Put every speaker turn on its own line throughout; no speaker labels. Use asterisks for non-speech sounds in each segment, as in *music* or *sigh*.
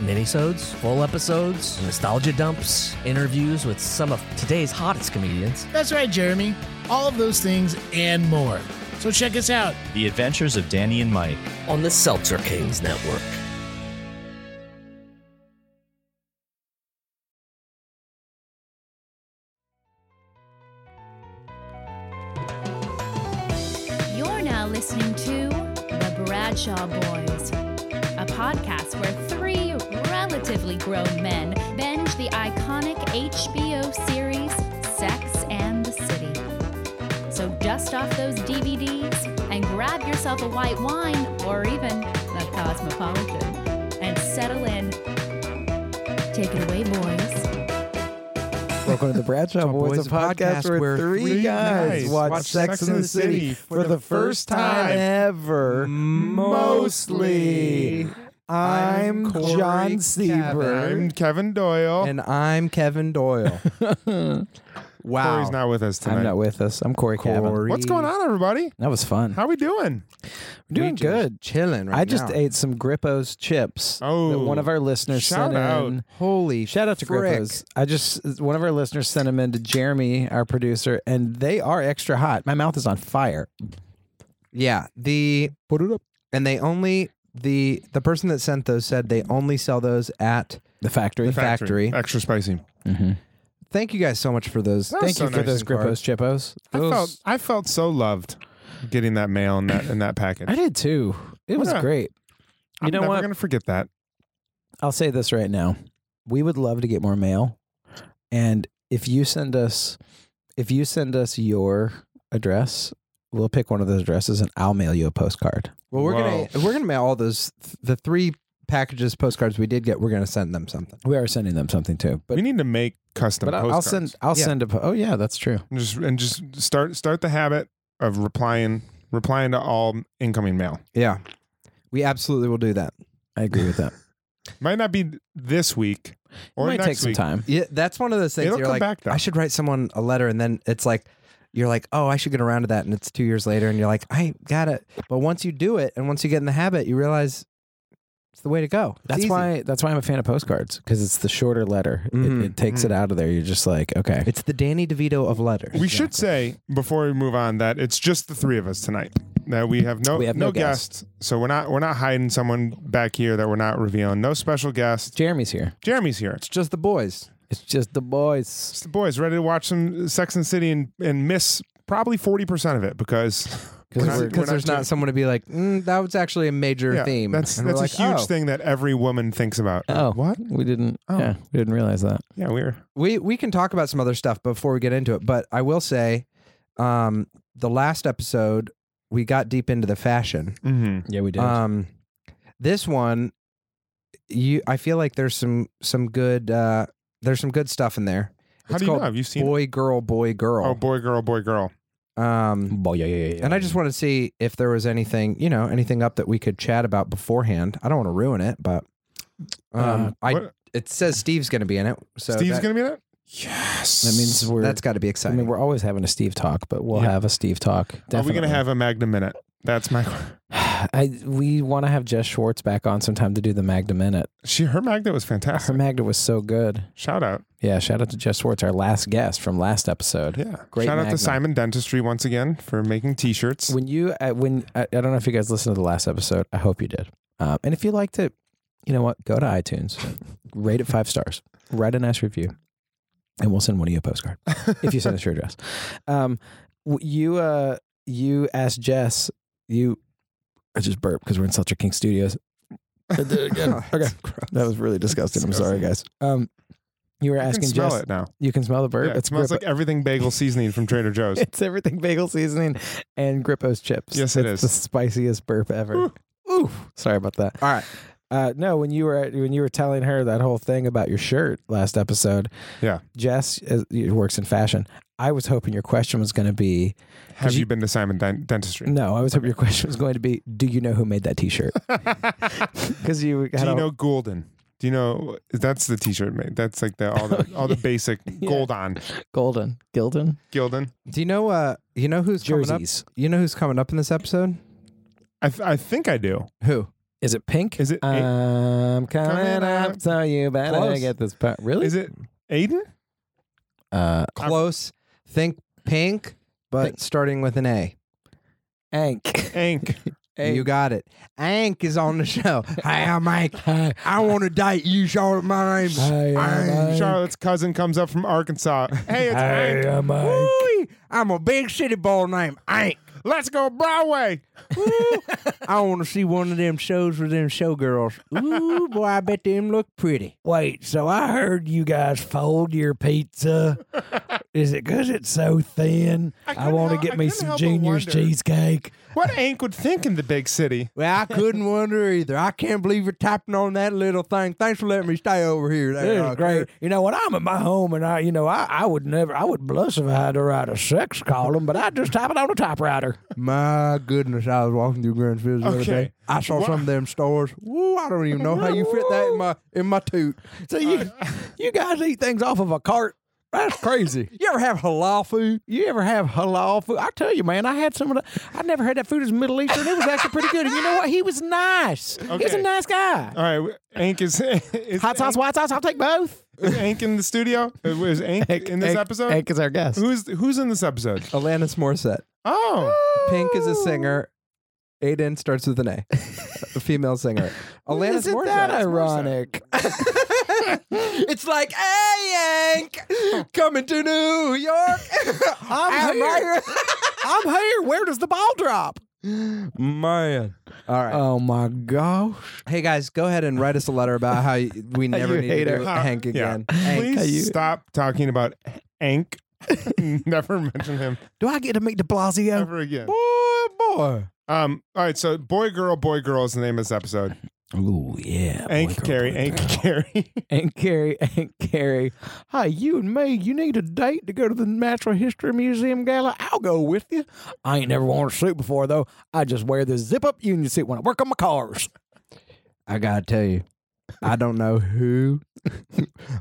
minisodes, full episodes, nostalgia dumps, interviews with some of today's hottest comedians.
That's right, Jeremy. All of those things and more. So check us out.
The Adventures of Danny and Mike.
on the Seltzer Kings Network.
You're now listening to The Bradshaw Boys, a podcast where three relatively grown men binge the iconic HBO series Sex and the City. So dust off those DVDs and grab yourself a white wine or even a cosmopolitan and settle in. Take it away, boys.
Welcome to the Bradshaw Boys, a podcast, where three, guys watch, Sex and the City for the first time Mm. ever. Mostly. I'm,
Corey
John
I'm
Seberg.
Kevin Doyle.
And I'm Kevin
*laughs*
Doyle. wow.
Corey's not with us tonight.
I'm not with us. I'm Corey Cabin.
What's going on, everybody?
That was fun.
How we doing?
We're doing good.
Chilling right
I just
now.
ate some Grippo's chips that
Oh.
one of our listeners
Shout
sent in.
out.
Holy
Shout out to
frick.
Grippo's. I just one of our listeners sent them in to Jeremy, our producer, and they are extra hot. My mouth is on fire.
Yeah. The
Put it up.
and they only the the person that sent those said they only sell those at
The factory. Mm-hmm.
Factory.
Extra spicy.
Thank you guys so much for those.
That was
Thank
so
you for
nice
those
and
Grippo's chippos.
I
Those-
felt I felt so loved getting that mail in that in that package.
I did too. It was
Yeah.
great. You
I'm
know
never
what?
gonna forget that.
I'll say this right now. We would love to get more mail. And if you send us if you send us your address, we'll pick one of those addresses and I'll mail you a postcard.
Well, we're
Whoa.
gonna we're gonna mail all those the three packages postcards we did get. We're gonna send them something.
We are sending them something too. But
we need to make custom
but I'll- I'll
postcards.
send I'll
Yeah.
send a po- Oh yeah, that's true.
and just and just start start the habit of replying replying to all incoming mail.
Yeah, we absolutely will do that.
I agree with that.
Might not be this week or
it might
next
take some
week.
time.
Yeah, that's one of those things.
It'll
you're
come
like,
back, though.
I should write someone a letter, and then it's like, you're like, oh, I should get around to that, and it's two years later, and you're like, I got it. But once you do it, and once you get in the habit, you realize it's the way to go. It's
That's
easy.
why that's why I'm a fan of postcards because it's the shorter letter.
Mhm.
It,
Mm-hmm.
it takes it out of there. You're just like, okay.
it's the Danny DeVito of letters.
We should say before we move on that it's just the three of us tonight. That we have no
We have no
guests, so we're not we're not hiding someone back here that we're not revealing. No special guest.
Jeremy's here.
Jeremy's here.
It's just the boys.
It's just the boys.
It's the boys ready to watch some Sex and the City and, and miss probably forty percent of
*laughs*
it because we're not- we're
Because there's not
doing-
someone to be like, mm, that was actually a major
Yeah,
theme.
That's
And we're
that's a
like,
huge
"Oh."
thing that every woman thinks about.
Oh,
what?
We didn't.
Oh.
Yeah, we didn't realize that.
Yeah, we're
we we can talk about some other stuff before we get into it but i will say um the last episode we got deep into the fashion
mm-hmm.
Yeah, we did.
um this one you i feel like there's some some good uh there's some good stuff in there
How
It's
do you know?
called
Have you seen?
boy girl boy
oh,
girl
boy, girl, boy, girl.
um
yeah, yeah, yeah,
and i just want to see if there was anything you know anything up that we could chat about beforehand i don't want to ruin it but um
Uh,
i
what-
it says steve's gonna be in it so
Steve's
that,
gonna be in it. Yes,
That means we're.
that's got to be
I
exciting
mean, we're always having a Steve talk, but we'll
Yeah.
have a Steve talk.
Are we gonna
definitely.
have a Magnum minute? That's my.
I we want to have Jess Schwartz back on sometime to do the Magda minute.
She her Magda was
Her
Um,
fantastic.
Magda was so good.
Shout out,
Yeah, shout out to Jess Schwartz, our last guest from last episode.
yeah.
Great
Shout out
Magnum.
to Simon Dentistry once again for making T-shirts.
When you uh, when I, I don't know if you guys listened to the last episode. I hope you did. Um, and if you liked it, you know what? Go to iTunes,
*laughs*
rate it five stars, write a nice review, and we'll send one of you a postcard. if you send us your
*laughs*
address. Um, w- you uh, you asked Jess. You, I just burped because we're in Seltzer King Studios. I did it
*laughs* Oh,
again. okay, that was really disgusting. I'm sorry, guys. Um, you were
I can
asking
smell
Jess.
it now.
You can smell the burp.
Yeah, it smells
Grip-
like everything bagel seasoning from Trader
*laughs*
Joe's.
it's everything bagel seasoning and Grippo's chips.
Yes, it
it's
is.
the spiciest burp ever. Ooh, sorry about that.
all right
Uh, no, when you were when you were telling her that whole thing about your shirt last episode,
Yeah.
Jess uh, works in fashion. I was hoping your question was going to be
Have
you-
you been to Simon Den- Dentistry?
no. I was hoping your question was going to be, do you know who made that *laughs* T-shirt? Because you had
Do you
a-
know Golden? Do you know that's the T-shirt mate? That's like the all the all the basic Golden
Golden Gildan
Gildan.
Do you know? Uh, you know who's coming up?
jerseys.
You know who's coming up in this episode?
I, th- I think I do.
Who?
Is it pink?
Is it a-
I'm coming,
Coming
up,
up.
so you better
Close.
get this part. Really?
Is it Aiden?
uh,
Close. Think pink, but
Pink.
starting with an A.
Ank?
Ank.
You got it. Ank is on the show. Hi, I'm Ank.
Hi,
I want to date you, Charlotte. My name's
Hi, I'm
Ank.
Ank.
Charlotte's cousin comes up from Arkansas. Hey, it's Ank.
I'm Ank.
Woo-wee. I'm a big city boy named Ank.
Let's go Broadway.
Ooh, I want to see one of them shows with them showgirls. Ooh, boy, I bet them look pretty.
Wait, so I heard you guys fold your
*laughs*
pizza. Is it because it's so thin?
I
I,
couldn't
want to
help- I
get me
couldn't
some
help but
Junior's
wonder.
cheesecake.
What Ank would think in the big city?
Well, I couldn't wonder either. I can't believe you're tapping on that little thing. Thanks for letting me stay over here.
It
There,
is great. You know, when I'm at my home and I, you know, I, I would never, I would blush if I had to write a sex column, but I just type it on a typewriter.
My goodness, I was walking through Grand Fields the other
Okay.
day. I saw some of them stores. Woo, I don't even know how you fit that in my in my toot.
So you, you guys eat things off of a cart. That's *laughs* crazy.
You ever have halal food?
You ever have halal food? I tell you, man, I had some of the, I never had that food as Middle Eastern. It was actually pretty good. And you know what? He was nice. He was
Okay.
a nice guy.
All right, Ank is, *laughs* is
Hot sauce,
Ank,
white sauce, I'll take both.
is Ank in the studio? Uh, Is Ank in this episode?
Ank is our guest.
Who's who's in this episode?
Alanis Morissette.
Oh,
Pink is a singer.
Oh.
Aiden starts with an A. A female
*laughs*
singer. Alanis
Isn't
Morissette. *laughs*
that ironic? *laughs*
It's like, hey, Yank, coming to New *laughs* York.
I'm here. *laughs* I'm here. Where does the ball drop?
Man. All right.
Oh my gosh!
hey, guys, go ahead and write us a letter about how y- we never
*laughs* you
need
hate
to
her.
do
How-
Hank
yeah.
again. Hank.
please
you-
stop talking about Ank.
*laughs*
Never mention him
Do I get to meet De Blasio?
ever again.
Boy, boy.
Um. All right. So, boy, girl, boy, girl is the name of this episode.
Ooh yeah.
Ank Carey, Ank Carey. *laughs*
Aunt *laughs* Carrie, Aunt Carrie, hi, you and me, you need a date to go to the Natural History Museum Gala? I'll go with you. I ain't never worn a suit before, though. I just wear this zip up union suit when I work on my cars.
I gotta tell you, I don't know who *laughs*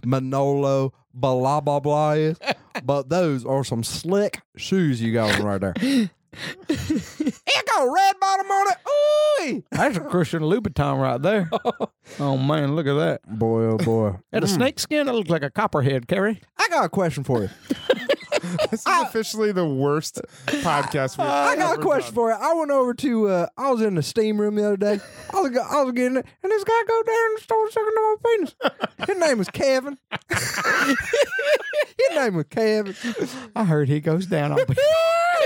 Manolo blah blah blah is, but those are some slick shoes you got on right *laughs* there. it got a red bottom on it.
That's a Christian Louboutin right *laughs* there. oh, man, look at that. Mm.
Ooh, boy, oh boy.
That a snake skin? That looks like a copperhead, Carrie.
I got a question for *laughs* you.
This is officially the worst podcast we've
Ah! I got
ever
a question
done.
for you. I went over to uh, I was in the steam room the other day. I was go- I was getting it, and this guy go down in the store sucking on my penis. His name was Kevin. *laughs* His name was Kevin.
I heard he goes down *laughs* on He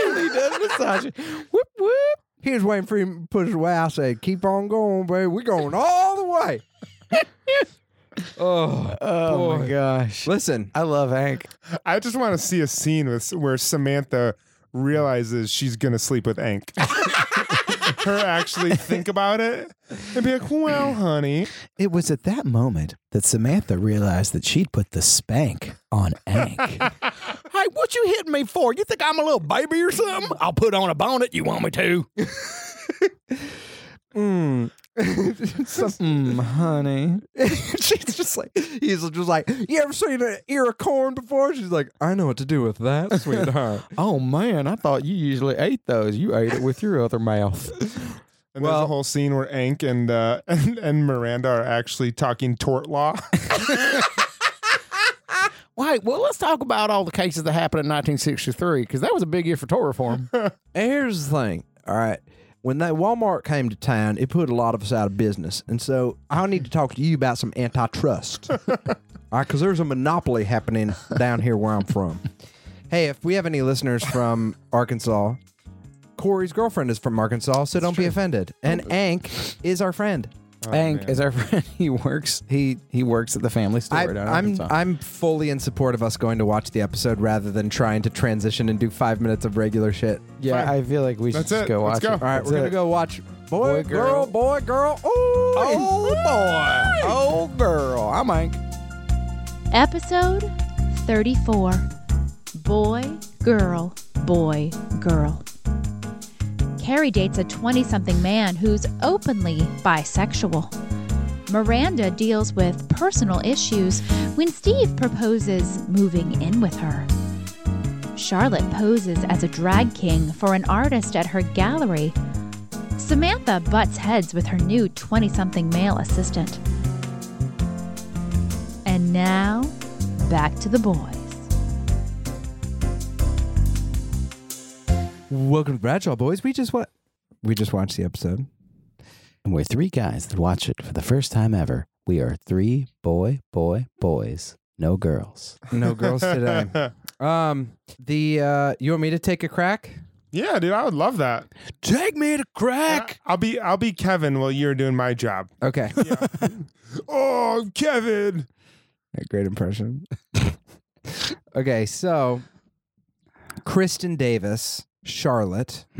does massage it. Whoop, whoop.
He was waiting for him to put it away. I said, keep on going, baby. We're going all the way. oh,
Oh, my
Boy.
gosh.
listen.
I love Hank.
I just want to see a scene with where Samantha realizes she's gonna sleep with Ank. *laughs* Her actually think about it and be like, "Well, honey,
It was at that moment that Samantha realized that she'd put the spank on Ank.
*laughs* Hey, what you hitting me for? You think I'm a little baby or something? I'll put on a bonnet. You want me to?
*laughs*
*laughs*
Mm, honey.
She's just like, he's just like, you ever seen an ear of corn before? She's like, I know what to do with that, *laughs* sweetheart.
Oh man, I thought you usually ate those. You ate it with your other mouth. *laughs*
And there's a whole scene where Ank and, uh, *laughs* and and Miranda are actually talking tort law. *laughs*
Wait, well, let's talk about all the cases that happened in 1963 because that was a big year for tort reform.
And here's the thing. All right. When that Walmart came to town, it put a lot of us out of business. And so I need to talk to you about some antitrust. *laughs* All right. Because there's a monopoly happening down here where I'm from. Hey, if we have any listeners from Arkansas, Corey's girlfriend is from Arkansas, so don't be offended. And Ank is our friend.
Hank is our *laughs* friend. He works. He he works at the family store.
I,
down in
I'm
Arkansas.
I'm fully in support of us going to watch the episode rather than trying to transition and do five minutes of regular shit.
yeah,
Fine.
I feel like we should
That's
just
it.
go watch
Let's
it.
go.
All right,
That's
we're gonna
it.
go watch Boy, girl, boy, girl. Ooh, oh, boy. Oh, girl. I'm Hank.
Episode 34 Boy, Girl, Boy, Girl. Carrie dates a 20 something man who's openly bisexual. Miranda deals with personal issues when Steve proposes moving in with her. Charlotte poses as a drag king for an artist at her gallery. Samantha butts heads with her new 20 something male assistant. And now, back to the boys.
Welcome to Bradshaw Boys. We just what we just watched the episode.
And we're three guys that watch it for the first time ever. We are three boy, boy, boys, no girls.
No
*laughs*
girls today. Um, the uh, you want me to take a crack?
yeah, dude, I would love that.
Take me to crack.
I'll be I'll be Kevin while you're doing my job.
*laughs* Okay,
Oh, I'm Kevin.
great impression. okay, so Kristen Davis, Charlotte, *laughs*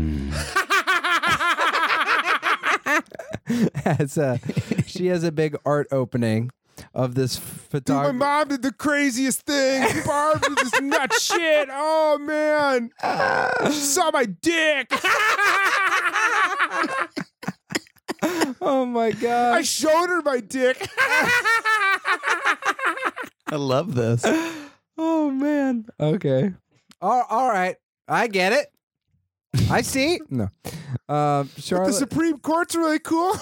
has a she has a big art opening of this
Dude, my
photographer.
mom did the craziest thing.
*laughs*
Barb did this nut shit. Oh man, she saw my dick.
*laughs*
oh my god!
I showed her my dick.
I love this.
Oh man. Okay. All, all right. I get it. I see. no. Um,
the
Charlotte.
Supreme Court's really cool.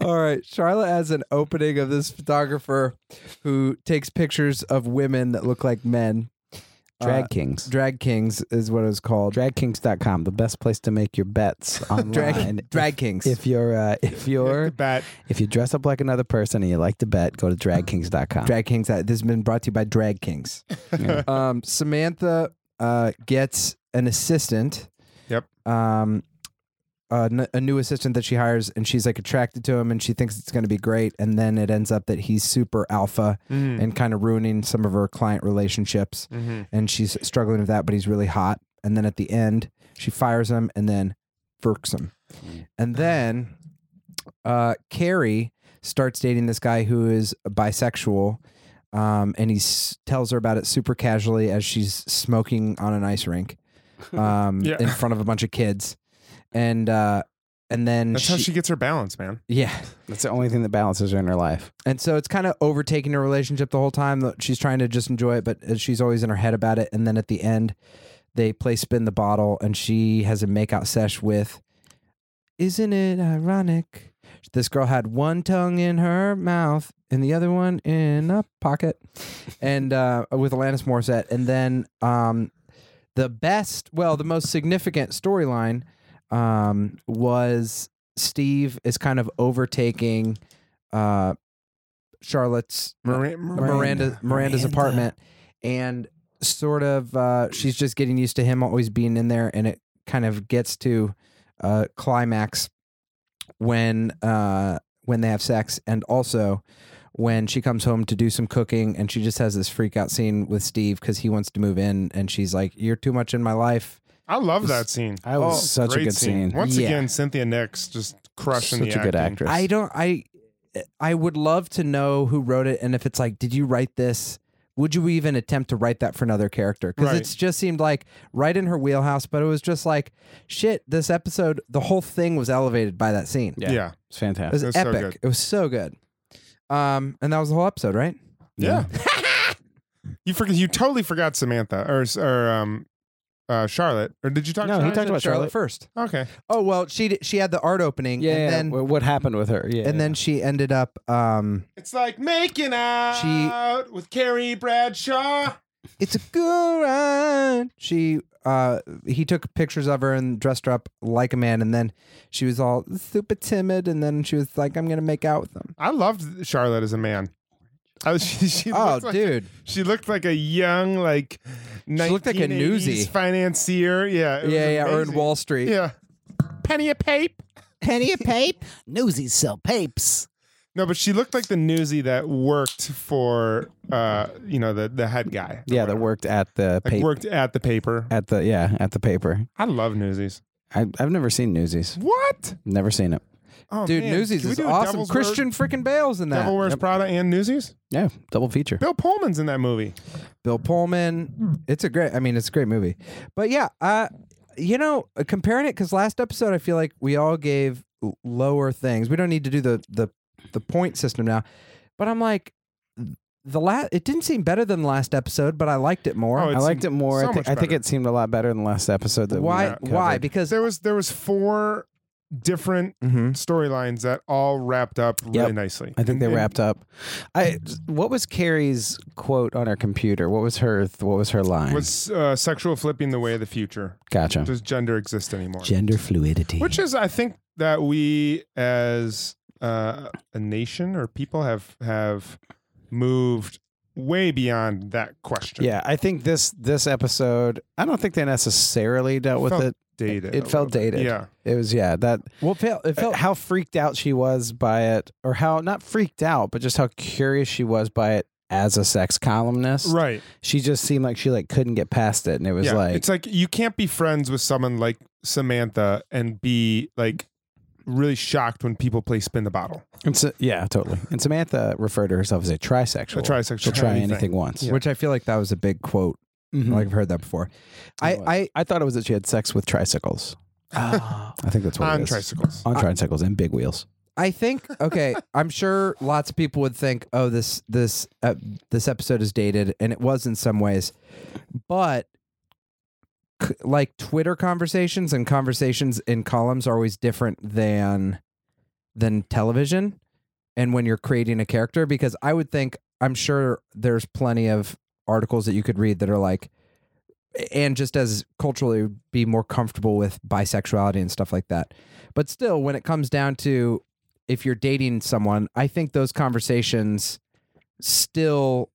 all right. Charlotte has an opening of this photographer who takes pictures of women that look like men.
Drag
Uh,
Kings.
Drag kings is what it's called.
Dragkings.com, the best place to make your bets online.
*laughs* Drag, drag kings.
If you're uh, if you're
Bat.
if you dress up like another person and you like to bet, go to dragkings.com.
Drag Kings. uh, This has been brought to you by Drag Kings. um, Samantha uh, gets an assistant.
Yep.
Um, a, n- a new assistant that she hires, and she's like attracted to him, and she thinks it's going to be great. And then it ends up that he's super alpha and kind of ruining some of her client relationships, and she's struggling with that. But he's really hot. And then at the end, she fires him, and then furks him. And
Uh-huh.
then uh, Carrie starts dating this guy who is bisexual, um, and he s- tells her about it super casually as she's smoking on an ice
*laughs*
rink um,
Yeah.
in front of a bunch of kids, and uh, and then
That's how she gets her balance, man.
*laughs* yeah,
That's the only thing that balances her in her life.
and so it's kind of overtaking her relationship the whole time. that She's trying to just enjoy it, but uh, she's always in her head about it. And then at the end, they play spin the bottle, and she has a makeout sesh with. Isn't it ironic? This girl had one tongue in her mouth and the other one in a pocket, *laughs* and uh, with Alanis Morissette. And then um, the best, well, the most significant storyline um, was Steve is kind of overtaking. Uh, Charlotte's
Miran-
Miranda, Miranda's apartment, and sort of uh, she's just getting used to him always being in there, and it kind of gets to uh, climax when uh, when they have sex, and also when she comes home to do some cooking, and she just has this freak out scene with Steve because he wants to move in, and she's like, "You're too much in my life."
I love that scene. Oh,
I was such a
great
good scene.
Once
Yeah.
again, Cynthia Nix just crushing
Such
the
a good
acting.
actress.
I don't. I eh, I would love to know who wrote it, and if it's like, did you write this? Would you even attempt to write that for another character? Because
Right.
it's just seemed like right in her wheelhouse. But it was just like, shit. This episode, the whole thing was elevated by that scene.
Yeah. Yeah.
It's
It
fantastic.
was
It was so
epic.
good.
it was so good. Um, and that was the whole episode, right?
*laughs* you forget. You totally forgot Samantha or s- or um, uh, Charlotte. Or did you talk?
No, he
Charlotte?
talked about Charlotte.
first.
Okay.
Oh well, she did, she had the art opening,
Yeah,
and
yeah,
then
wh- what happened with her? Yeah,
and then she ended up. Um,
It's like making out with Carrie Bradshaw.
It's a good ride. She uh he took pictures of her and dressed her up like a man and then she was all super timid and then she was like, I'm gonna make out with them.
I loved Charlotte as a man. I was, *laughs* she, she
Oh
looked like-
dude.
she looked like a young like.
looked like a
1980s
newsie.
financier. Yeah, it was
yeah, yeah, or in
amazing.
Wall Street.
Yeah, penny a pape. *laughs*
Penny a pape, nosies sell papes.
No, but she looked like the newsie that worked for uh, you know, the the head guy.
Yeah, that worked at the
Like
paper.
worked at the paper.
At the yeah, at the paper.
I love newsies.
I, I've never seen Newsies.
What?
Never seen it.
Oh,
Dude,
man.
Newsies
Can we
is
do a
awesome.
Devil's
Christian
Wears-
freaking Bale's in that.
Devil Wears
Yep.
Prada and Newsies.
Yeah, double feature.
Bill Pullman's in that movie.
Bill
Pullman. It's a great. I mean, it's a great movie. But yeah, uh, you know, uh, comparing it because last episode, I feel like we all gave l- lower things. We don't need to do the the the point system now. But I'm like, the last. It didn't seem better than the last episode, but I liked it more.
Oh,
I
It's
liked it more.
so
I, think
much
I think
better.
it seemed a lot better than the last episode. That we
why?
covered.
Why? Because.
There was there was four different
Mhm.
storylines that all wrapped up really nicely.
Mm-hmm. I think they
Mm-hmm.
And- and
wrapped up. I what was Carrie's quote on her computer? What was her what was her line?
Was uh, sexual flipping the way of the future?
gotcha.
Does gender exist anymore?
Gender fluidity.
Which is, I think, that we as uh, a nation or people have have moved way beyond that question.
yeah, I think this this episode. I don't think they necessarily dealt with
Felt
it.
dated.
It
a
felt
little bit.
dated.
Yeah,
It was yeah that
Well, Phil, it felt
how freaked out she was by it, or how not freaked out, but just how curious she was by it as a sex columnist.
right.
She just seemed like she like couldn't get past it, and it was
yeah,
like
it's like you can't be friends with someone like Samantha and be like really shocked when people play spin the bottle.
And Sa- yeah, totally. And Samantha referred to herself as a trisexual.
A trisexual,
She'll try
anything.
anything, once.
which I feel like that was a big quote.
Mhm.
Like I've heard that before.
I,
I, I
I I thought it was that she had sex with tricycles. I think that's what
on
it is.
tricycles.
On tricycles and big wheels.
I think okay. I'm sure lots of people would think, oh, this this uh, this episode is dated, and it was in some ways, but c- like Twitter conversations and conversations in columns are always different than than television, and when you're creating a character, because I would think I'm sure there's plenty of articles that you could read that are like and just as culturally be more comfortable with bisexuality and stuff like that. But still, when it comes down to if you're dating someone, I think those conversations still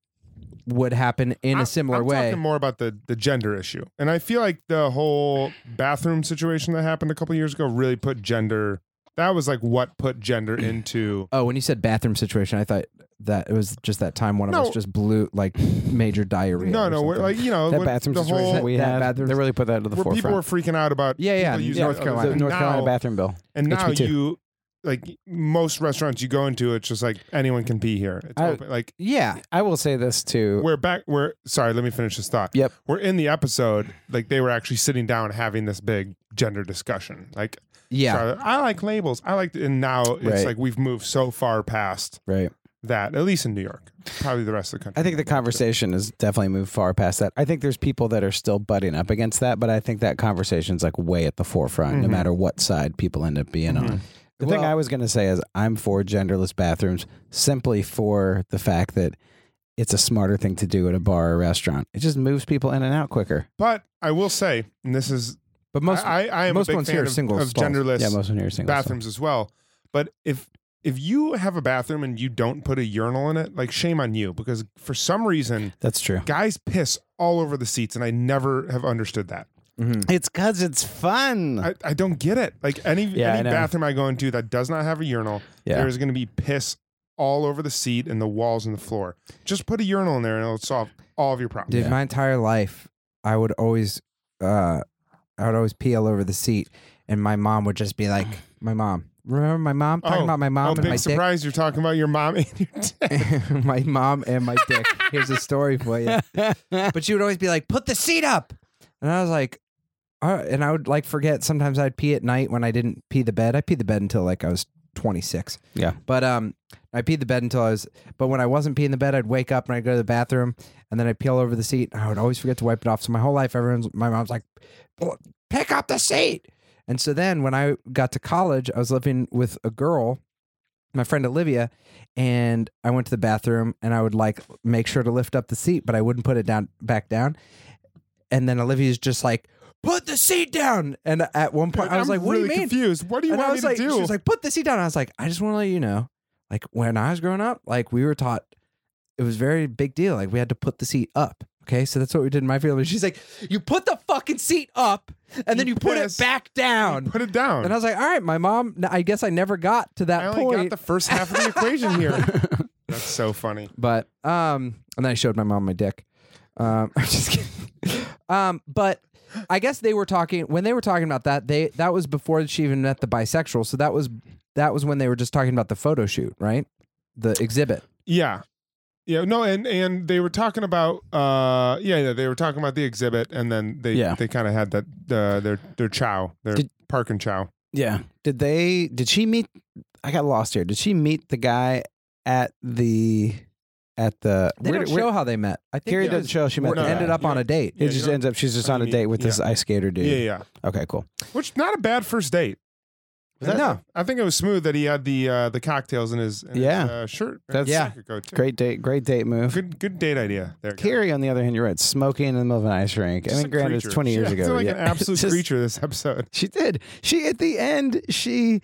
would happen in
I'm-
a similar
I'm
way.
Talking more about the the gender issue, and I feel like the whole bathroom situation that happened a couple years ago really put gender. That was like what put
*clears throat*
gender into.
oh, when you said bathroom situation, I thought that it was just that time one of
No.
us just blew like major diarrhea.
no,
or
no, we're
something.
like you know
That
what-
bathroom
the
situation
whole
we
that
had,
bathroom-
they really put that to the
where people were
forefront.
freaking out about
Yeah, yeah,
people using
yeah,
other-
Carolina.
the North
now-
Carolina bathroom bill.
and now
HB2.
you like most restaurants you go into it's just like anyone can pee here it's
I-
open. like
yeah,
I will say this too.
we're back we're sorry let me finish this thought
Yep.
we're in the episode like they were actually sitting down having this big gender discussion like
yeah.
sorry, i like labels i like and now it's
Right.
like we've moved so far past
Right.
that at least in new york probably the rest of the country
I think the conversation has definitely moved far past that. I think there's people that are still butting up against that, but I think that conversation's like way at the forefront, no
Mhm.
matter what side people end up being
Mm-hmm.
on. The thing
Well-
I was going to say is I'm for genderless bathrooms simply for the fact that it's a smarter thing to do at a bar or restaurant. It just moves people in and out quicker.
but i will say and this is
But most
i, I am
most
a big
ones
fan
here are
of,
single
of
stalls.
genderless
yeah, most of your single
bathrooms as well. But if if you have a bathroom and you don't put a urinal in it, like shame on you because for some reason
That's true.
guys piss all over the seats and I never have understood that.
It's because it's fun.
I, I don't get it. Like any
Yeah, I
any
know.
bathroom I go into that does not have a urinal,
Yeah.
there is going to be piss all over the seat and the walls and the floor. Just put a urinal in there and it'll solve all of your problems.
Dude, my entire life, I would always, uh, I would always pee all over the seat, and my mom would just be like,
*sighs*
"My mom, remember my mom talking
Oh,
about my mom
oh,
and
big
my
surprise! You're talking about your mom *laughs* and your dad.
dick, *laughs* my mom and my dick." Here's a story for you. But she would always be like, "Put the seat up," and I was like, all right. and I would like forget. Sometimes I'd pee at night when I didn't pee the bed. I peed the bed until like I was 26.
Yeah.
But um, I peed the bed until I was. But when I wasn't peeing the bed, I'd wake up and I'd go to the bathroom, and then I'd pee all over the seat. I would always forget to wipe it off. So my whole life, everyone's my mom's like, "Well, pick up the seat. And so then when I got to college, I was living with a girl, my friend Olivia, and I went to the bathroom and I would like make sure to lift up the seat, but I wouldn't put it down back down. And then Olivia's just like, "Put the seat down." And at one point, I was
I'm
like, "What
really
do you mean?"
Confused. What do you
and
want
I was
me
like,
to do?
she was like, put the seat down. I was like, I just want to let you know, like when I was growing up, like we were taught it was a very big deal. Like we had to put the seat up. Okay, so that's what we did in my family. She's like, you put the fucking seat up, and then
You
you put
piss.
it back down.
put it down.
And I was like, all right, my mom. n- I guess I never got to that
I only
point.
got the first half of the
*laughs*
equation here. That's so funny.
but *laughs* um, and then I showed my mom my dick. Um, I'm just kidding. Um, but I guess they were talking when they were talking about that. They that was before she even met the bisexual. So that was that was when they were just talking about the photo shoot, right? The exhibit.
Yeah. Yeah, no, and and they were talking about uh yeah, yeah they were talking about the exhibit and then they
Yeah.
they kind of had that uh, their their chow, their
Did-
park and chow.
Yeah. Did they? Did she meet? I got lost here. Did she meet the guy at the at the?
They
where-
don't
where-
show how they met. I think
Carrie
it
doesn't
just
show she met.
No,
the guy.
ended up on a date.
It
Yeah,
just
you
ends up. She's just
I
on a
mean,
date with this ice skater dude.
Yeah, yeah.
Okay, cool.
Which not a bad first date.
Was that-
no, I think it was smooth that he had the uh, the cocktails in his, in his,
Yeah.
uh, shirt.
That's-
yeah, coat too.
Great date. Great date move.
Good good date idea there. guys.
Carrie, on the other hand, you're right. Smoking in the middle of an ice rink.
Just
I mean,
a
granted,
creature.
it's 20 years
Yeah,
ago.
It's like
yeah. *laughs*
an absolute
Just-
creature this episode.
She did. She at the end, she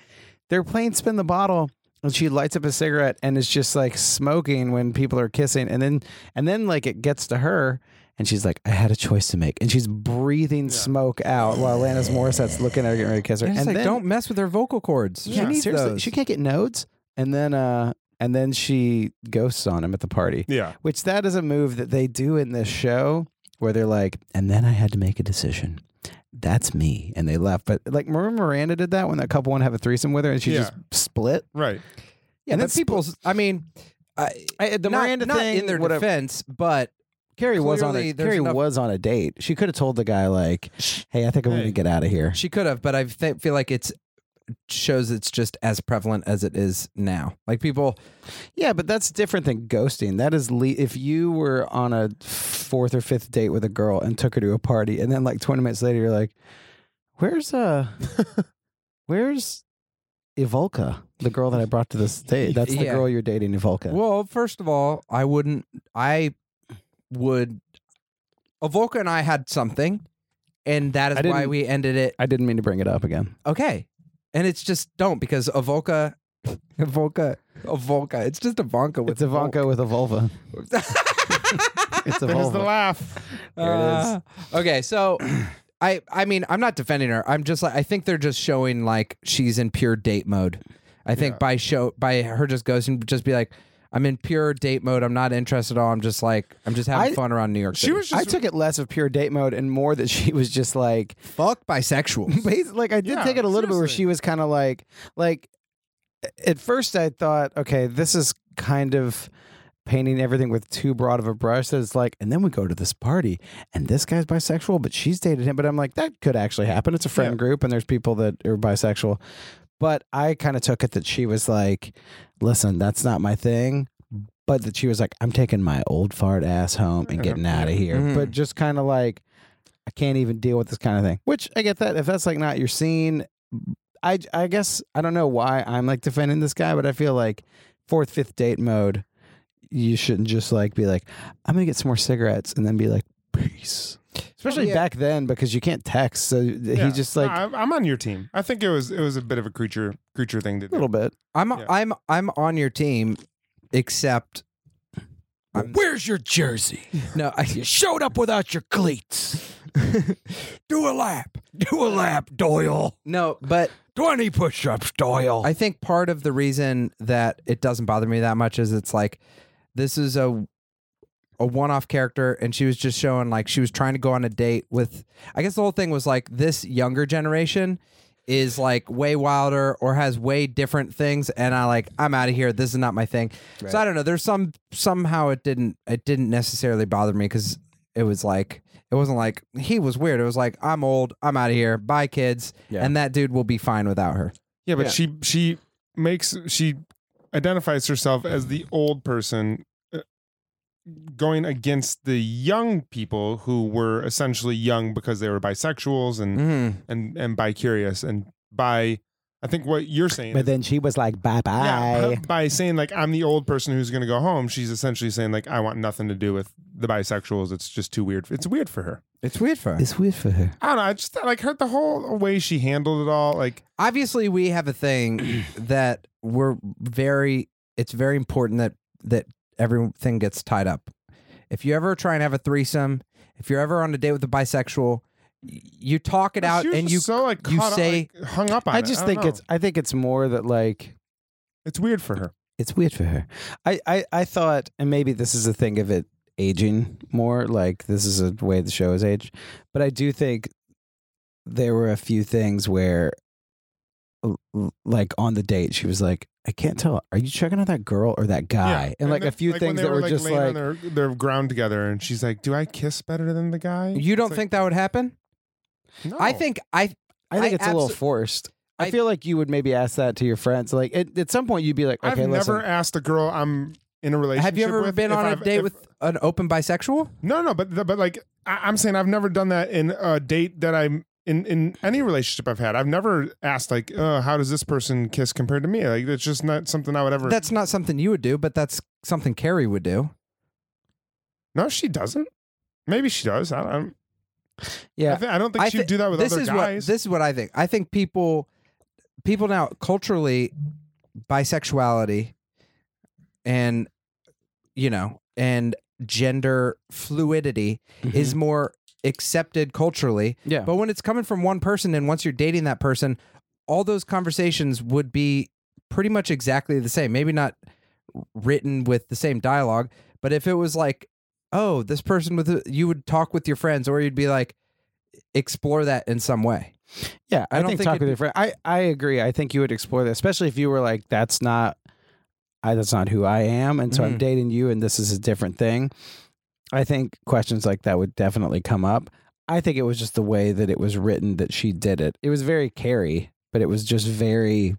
they're playing spin the bottle and she lights up a cigarette and is just like smoking when people are kissing and then and then like it gets to her and she's like, I had a choice to make. And she's breathing smoke out while Alanis Morissette's looking at her getting ready to kiss her.
And it's like,
then,
don't mess with her vocal cords.
yeah,
she needs
seriously,
those.
she can't get nodes. And then uh and then she ghosts on him at the party.
Yeah,
Which that is a move that they do in this show where they're like, and then I had to make a decision. That's me. And they left. But like remember Miranda did that when that couple wanted to have a threesome with her and she
Yeah.
just split.
right.
yeah,
and
but
that's-
people. I mean,
I, the
not,
Miranda
not
thing
in their
whatever.
defense, but
Carrie was on
clearly
a
there's
Carrie
enough-
was on a date. She could have told the guy like, "Hey, I think I want
Hey.
to get out of here."
She could have, but I th- feel like it's shows it's just as prevalent as it is now. Like people,
Yeah, but that's different than ghosting. That is le- if you were on a fourth or fifth date with a girl and took her to a party, and then like twenty minutes later, you're like, "Where's uh, where's Ivolka, the girl that I brought to this date? That's the
Yeah.
girl you're dating, Ivolka."
well, first of all, I wouldn't, I would, Avolka and I had something, and that
I
is
didn't-
why we ended it.
I didn't mean to bring it up again.
Okay. And it's just don't because *laughs* Avolka, Avolka, Avolka, it's just Ivanka with
It's Ivanka with a vulva. It's a
There's the
vulva.
laugh.
There it is.
Uh, okay, so *clears throat* I I mean I'm not defending her. I'm just like I think they're just showing like she's in pure date mode. I think
Yeah.
by show by her just goes and just be like I'm in pure date mode. I'm not interested at all. I'm just like I'm just having
I-
fun around New York.
She
City.
was just
I took it less of pure date mode and more that she was just like,
fuck *laughs* bisexual.
Basi- like I did
Yeah,
take it a little bit where
seriously.
she was kind of like like at first I thought, okay, this is kind of painting everything with too broad of a brush that it's like and then we go to this party and this guy's bisexual but she's dated him but I'm like that could actually happen it's a friend
Yeah.
group and there's people that are bisexual but I kind of took it that she was like listen that's not my thing but that she was like I'm taking my old fart ass home and getting out of here
Mhm.
but just kind of like I can't even deal with this kind of thing. Which I get that if that's like not your scene, I I guess I don't know why I'm like defending this guy, but I feel like fourth fifth date mode, you shouldn't just like be like I'm gonna get some more cigarettes and then be like peace.
Oh,
Especially
Yeah.
back then because you can't text, so eh, th-
Yeah.
he just like
I, I'm on your team. I think it was it was a bit of a creature creature thing to
a
do.
little bit.
I'm
Yeah.
I'm I'm on your team, except I'm
Where's your jersey?
no. I,
You showed up without your cleats. Do a lap. Do a lap, Doyle.
no, but
20 push ups, Doyle.
I think part of the reason that it doesn't bother me that much is it's like this is a a one-off character and she was just showing like she was trying to go on a date with I guess the whole thing was like this younger generation is like way wilder or has way different things and I like I'm out of here this is not my thing. So I don't know there's some somehow it didn't it didn't necessarily bother me cuz it was like it wasn't like he was weird it was like I'm old I'm out of here bye kids
Yeah.
and that dude will be fine without her.
Yeah, but
Yeah.
she she makes she identifies herself as the old person uh, going against the young people who were essentially young because they were bisexuals and
Mhm.
and and bi curious and by I think what you're saying
But
is-
then she was like bye
yeah,
bye.
b- by saying like I'm the old person who's going to go home, she's essentially saying like I want nothing to do with the bisexuals. It's just too weird. It's weird for her.
It's weird for
It's weird for her.
I don't know. I just like heard the whole way she handled it all. Like
Obviously, we have a *clears throat* thing that we're very. It's very important that that everything gets tied up. If you ever try and have a threesome, if you're ever on a date with a bisexual, y- you talk it out
she was
and
just
you
so like
you
caught up-
say-
like, hung up on.
I
it.
just
don't
think
know.
it's I think it's more that like
it's weird for her.
it's weird for her. I, I, I thought, and maybe this is a thing of it
aging more. Like this is a way the show is aged, but I do think there were a few things where, l- l- like on the date, she was like, "I can't tell. Are you checking out that girl or that guy?" And, like
then-
a few
like, when
things
they
that were,
like,
just
laying
like,
on their, their ground together, and she's like, "Do I kiss better than the guy?"
"You don't
It's like,
think that would happen?"
no.
I think I
I think
I
it's a little
abso-
forced. I,
I-
feel like you would maybe ask that to your friends. Like at, at some point, you'd be like,
I've
"Okay, listen."
never asked a girl I'm in a relationship.
Have you ever
with
been
if
on a
I've-
date
if-
with an open bisexual?
No, no, but but like I, I'm saying, I've never done that in a date that I'm in in any relationship I've had. I've never asked like, uh, how does this person kiss compared to me? Like it's just not something I would ever.
That's not something you would do, but that's something Carrie would do.
no, she doesn't. Maybe she does. I don't.
Yeah.
I, thi- I don't think
I
she'd
thi-
do that with
this
other
is
guys.
What, this is what I think. I think people people now culturally bisexuality and you know and gender fluidity
Mm-hmm.
is more accepted culturally.
Yeah.
But when it's coming from one person and once you're dating that person, all those conversations would be pretty much exactly the same. Maybe not written with the same dialogue, but if it was like, oh, this person with you would talk with your friends or you'd be like explore that in some way.
Yeah, I,
I don't
think,
think
talk
it'd
with
be-
your friend. I I agree. I think you would explore that, especially if you were like, "That's not, I that's not who I am," and so I'm
Mhm.
dating you, and this is a different thing. I think questions like that would definitely come up. I think it was just the way that it was written that she did it. It was very Carrie, but it was just very.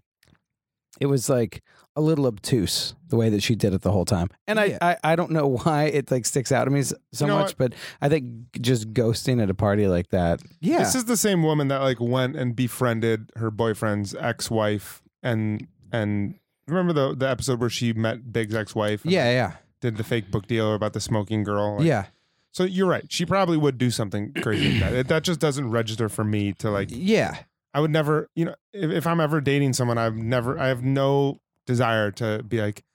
It was like a little obtuse the way that she did it the whole time, and
Yeah.
I, I I don't know *laughs* why it like sticks out to me s- so
You know
much, but I think just ghosting at a party like that.
Yeah.
This is the same woman that like went and befriended her boyfriend's ex-wife and and remember the the episode where she met Big's ex-wife? and
yeah, yeah.
Did the fake book deal about the smoking girl? like-
yeah.
So you're right. She probably would do
*clears throat*
something crazy like that. It- That just doesn't register for me to like.
Yeah.
I would never. You know, if, if I'm ever dating someone, I've never. I have no desire to be like.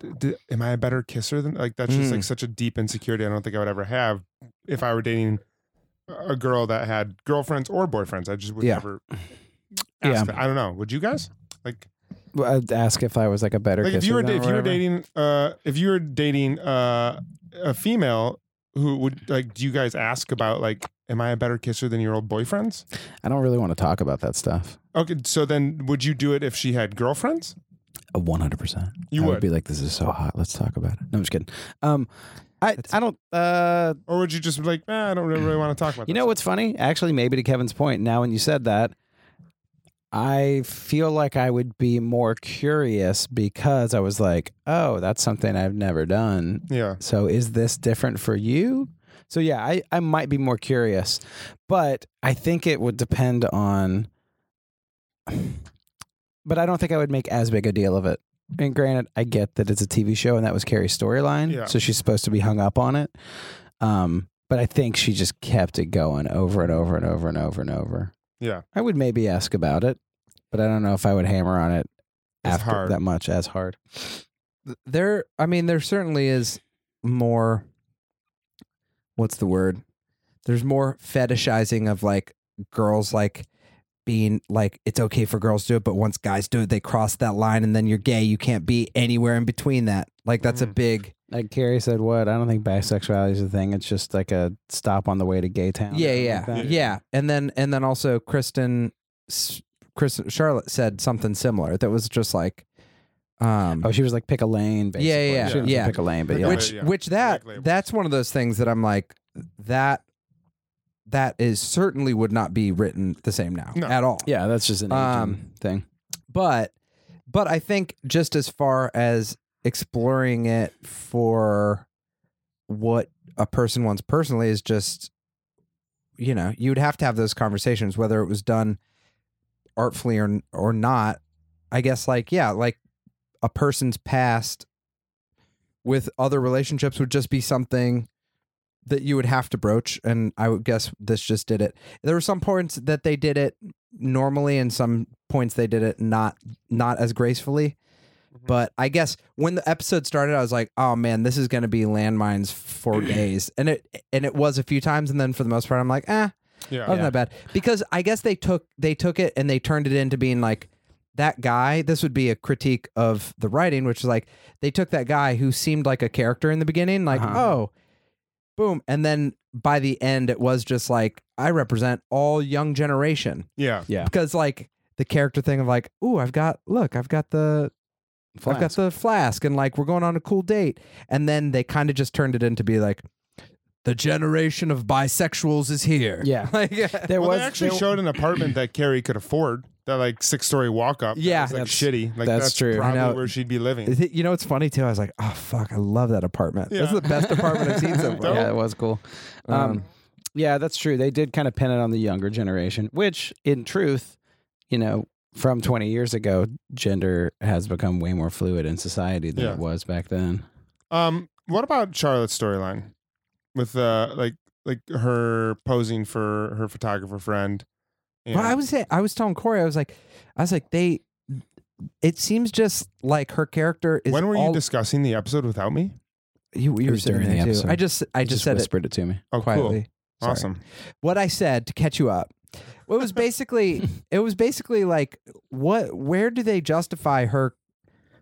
"D- d- am I a better kisser than like that's just
Mm.
like such a deep insecurity I don't think I would ever have if I were dating a girl that had girlfriends or boyfriends. I just would
Yeah.
never ask
Yeah.
that. I don't know. Would you guys? Like
Well, I'd ask if I was like a better
like if you
kisser
were
than
da- if
or
you were
whatever.
dating uh if you were dating uh a female who would like do you guys ask about like am I a better kisser than your old boyfriends?
I don't really want to talk about that stuff.
Okay, so then would you do it if she had girlfriends?
One hundred percent.
You
I would.
would.
be like, "This is so hot. Let's talk about it." No, I'm just kidding. Um, I I don't. Uh,
Or would you just be like, eh, I don't really, want to talk about
you
this."
know what's funny? Actually, maybe to Kevin's point. Now, when you said that, I feel like I would be more curious because I was like, "Oh, that's something I've never done.
Yeah.
So is this different for you? So yeah, I, I might be more curious, but I think it would depend on *sighs* but I don't think I would make as big a deal of it. And granted, I get that it's a TV show and that was Carrie's storyline.
Yeah.
So she's supposed to be hung up on it. Um, but I think she just kept it going over and over and over and over and over.
Yeah.
I would maybe ask about it, but I don't know if I would hammer on it
As
after
hard.
that much as hard.
Th- There I mean there certainly is more what's the word? There's more fetishizing of like girls like being like it's okay for girls to do it, but once guys do it, they cross that line and then you're gay. You can't be anywhere in between that. Like that's a
Mm.
big
Like Carrie said, what? I don't think bisexuality is a thing. It's just like a stop on the way to gay town. or
yeah
something
yeah
like that.
yeah and then and then also kristen S- kristen charlotte said something similar that was just like um
Oh, she was like pick a lane. Basically.
Yeah, yeah, yeah.
She didn't say
Yeah.
pick a lane, but yeah.
which
yeah.
which that
Exactly.
that's one of those things that i'm like that that is certainly would not be written the same now
No.
at all
yeah, that's just an aging
Um,
thing.
but but I think just as far as exploring it for what a person wants personally is just you know you would have to have those conversations whether it was done artfully or or not I guess like yeah like a person's past with other relationships would just be something that you would have to broach and I would guess this just did it there were some points that they did it normally and some points they did it not not as gracefully but i guess when the episode started i was like oh man this is going to be landmines for days and it and it was a few times and then for the most part i'm like eh
Yeah.
wasn't that bad because i guess they took they took it and they turned it into being like that guy this would be a critique of the writing which is like they took that guy who seemed like a character in the beginning like
Uh-huh.
oh boom. And then by the end, it was just like, I represent all young generation.
Yeah.
Because, like, the character thing of like, ooh, I've got, look, I've got the, I've got the flask and like we're going on a cool date. And then they kind of just turned it into be like, the generation of bisexuals is here.
Yeah.
*laughs*
*laughs*
Like,
There
well,
was
they actually
there-
showed an apartment that Carrie could afford, that like six story walk up.
Yeah.
was, like
That's-
shitty. Like
that's true. I
Probably
know.
where she'd be living.
Is it- you know, it's funny too. I was like, oh, fuck, I love that apartment. This is
Yeah.
the best apartment I've seen so far.
Yeah, it was cool. Um, yeah, that's true. They did kind of pin it on the younger generation, which, in truth, you know, from 20 years ago, gender has become way more fluid in society than
Yeah.
it was back then.
Um, what about Charlotte's storyline with uh like like her posing for her photographer friend?
Well, I was I was telling Corey, I was like, I was like, they. It seems just like her character is.
when were
all-
you discussing the episode without me?
you, you
It
were
was
sitting
during
there
the
too.
episode.
I just I
He
just, said it
whispered it, to me.
Oh,
quietly.
cool.
Sorry.
Awesome.
What I said to catch you up. It was basically it was basically like what where do they justify her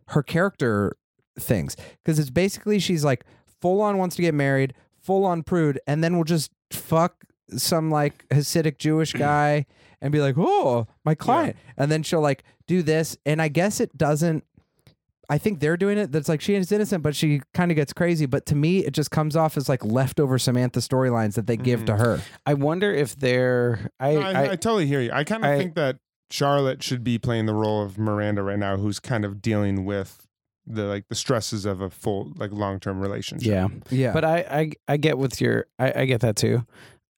her character things? Because it's basically she's like full on wants to get married, full on prude, and then we'll just fuck some like Hasidic Jewish guy and be like, oh, my client. And then she'll like do this. And I guess it doesn't I think they're doing it. That's like she is innocent, but she kind of gets crazy. But to me, it just comes off as like leftover Samantha storylines that they give to her.
I wonder if they're. I,
No, I, I,
I,
totally hear you. I kind of
I-
think that Charlotte should be playing the role of Miranda right now, who's kind of dealing with the like the stresses of a full like long term relationship.
yeah,
Yeah.
but I, I, I get with your. I, I get that too.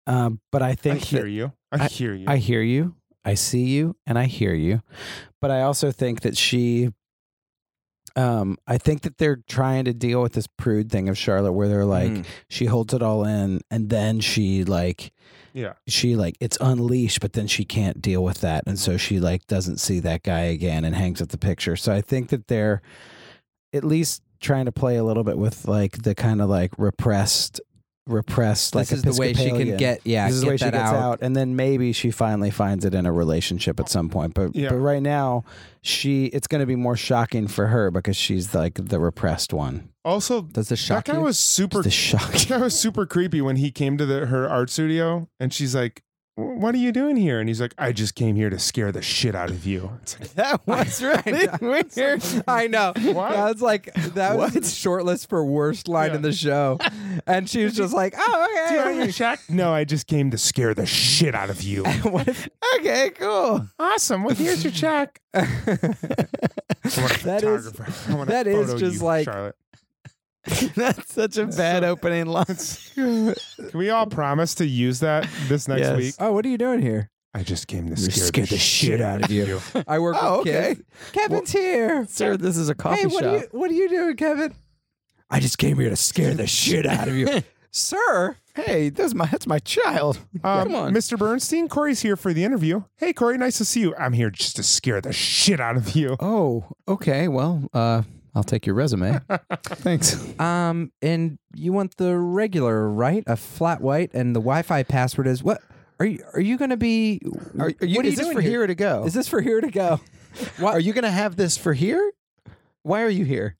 Um, but I
I
think that-
hear you. I, hear you.
I hear you. I see you and I hear you. But I also think that she um I think that they're trying to deal with this prude thing of Charlotte where they're like
Mm.
she holds it all in and then she like
yeah.
she like it's unleashed but then she can't deal with that and so she like doesn't see that guy again and hangs up the picture. So I think that they're at least trying to play a little bit with like the kind of like repressed repressed like
this is the way she can
Episcopalian
get yeah
this is
get
the way she
that
gets out. and then maybe she finally finds it in a relationship at some point. But
Yeah.
but right now, she it's going to be more shocking for her because she's like the repressed
*laughs*
one.
Also,
Does this
that
shock
guy
you?
was super.
It's the
*laughs* That
shock.
guy was super creepy when he came to the, her art studio, and she's like, "Wh- "What are you doing here?" And he's like, "I just came here to scare the shit out of you." It's like,
that
was really weird. I know.
What?
That was like that was shortlist for worst line
Yeah.
in the show, and she was just like, "Oh,
"Do you own
okay."
your shack?" No, I just came to scare the shit out
*laughs*
of you.
what if,
*laughs*
okay, cool.
awesome. Well, here's
*laughs*
your check. I want a
That is-
photographer. I want to
that is
photo
just
you,
like-
Charlotte.
That's such a bad opening line.
Can we all promise to use that this next
Yes.
week?
Oh, what are you doing here?
I just came to
You
scare,
scared the shit out of you.
I work
Oh,
with
okay.
kids. Kevin's here.
Sir, this is a coffee
Hey, what are you what are you doing, Kevin? I just came here to scare the shit out of you, sir.
Hey, that's my that's my child.
Um,
Come on.
Mr. Bernstein, Corey's here for the interview. Hey, Corey, nice to see you. I'm here just to scare the shit out of you.
Oh, okay. Well, uh, I'll take your *laughs* resume. Thanks.
Um, and you want the regular, right? A flat white, and the Wi-Fi password is what? Are you are you gonna be?
Are, are you,
what are
is
you
this
doing
for here to go?
Is this for here to go?
Are you going to have this for here? Why are you here?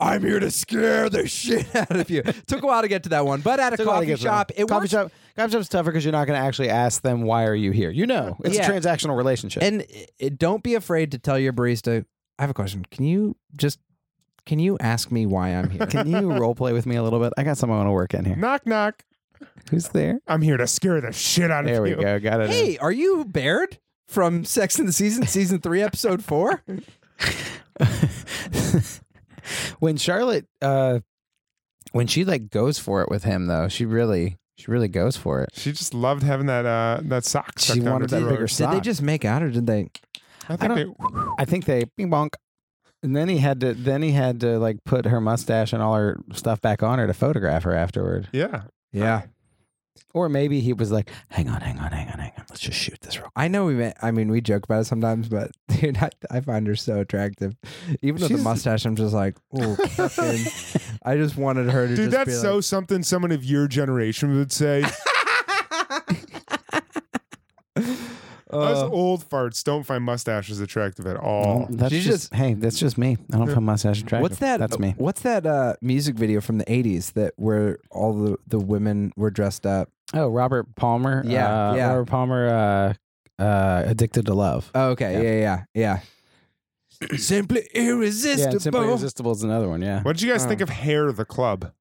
I'm here to scare the shit out of you. *laughs* Took a while to get to that one, but at a
Took a while to
coffee
get there.
shop, it
coffee
works.
shop. Coffee shop's tougher because you're not going to actually ask them why are you here. You know, it's
Yeah.
a transactional relationship.
And uh, don't be afraid to tell your barista. I have a question. Can you just can you ask me why I'm here?
Can
*laughs*
you role play with me a little bit? I got something I want to work in here.
Knock, knock.
Who's there?
I'm here to scare the shit out
There
of
we
you.
go. Got it.
hey, are you Baird from Sex in the Season, season three, episode *laughs* four?
when Charlotte, uh, when she like goes for it with him though, she really, she really goes for it.
She just loved having that uh, that sock.
She
stuck down
wanted
her
that
throat.
bigger
Did they
sock.
just make out or did they?
I think
I
they,
I think they bing bonk. And then he had to, then he had to like put her mustache and all her stuff back on her to photograph her afterward.
yeah.
Yeah,
Or maybe he was like, hang on, hang on, hang on, hang on. Let's just shoot this real
I know we met. I mean, we joke about it sometimes, but *laughs* dude, I, I find her so attractive. Even with the
She's-
mustache, I'm just like,
*laughs*
oh, fucking- I just wanted her to. just
Dude, that's
be
so something
*laughs*
someone of your generation would say.
Like,
Us
Uh, Mm.
old farts don't find mustaches attractive at all.
that's
She's
just, hey, that's just me. I don't find mustache attractive.
What's that?
That's me.
What's that uh, music video from the '80s that where all the, the women were dressed up?
Oh, Robert Palmer.
Yeah,
uh,
yeah.
Robert Palmer. Uh, uh, addicted to love.
Oh, okay, yeah, yeah,
*clears throat*
yeah. simply
yeah,
irresistible.
and simply irresistible is another one. Yeah,
What did you guys
Oh.
think of Hair the Club?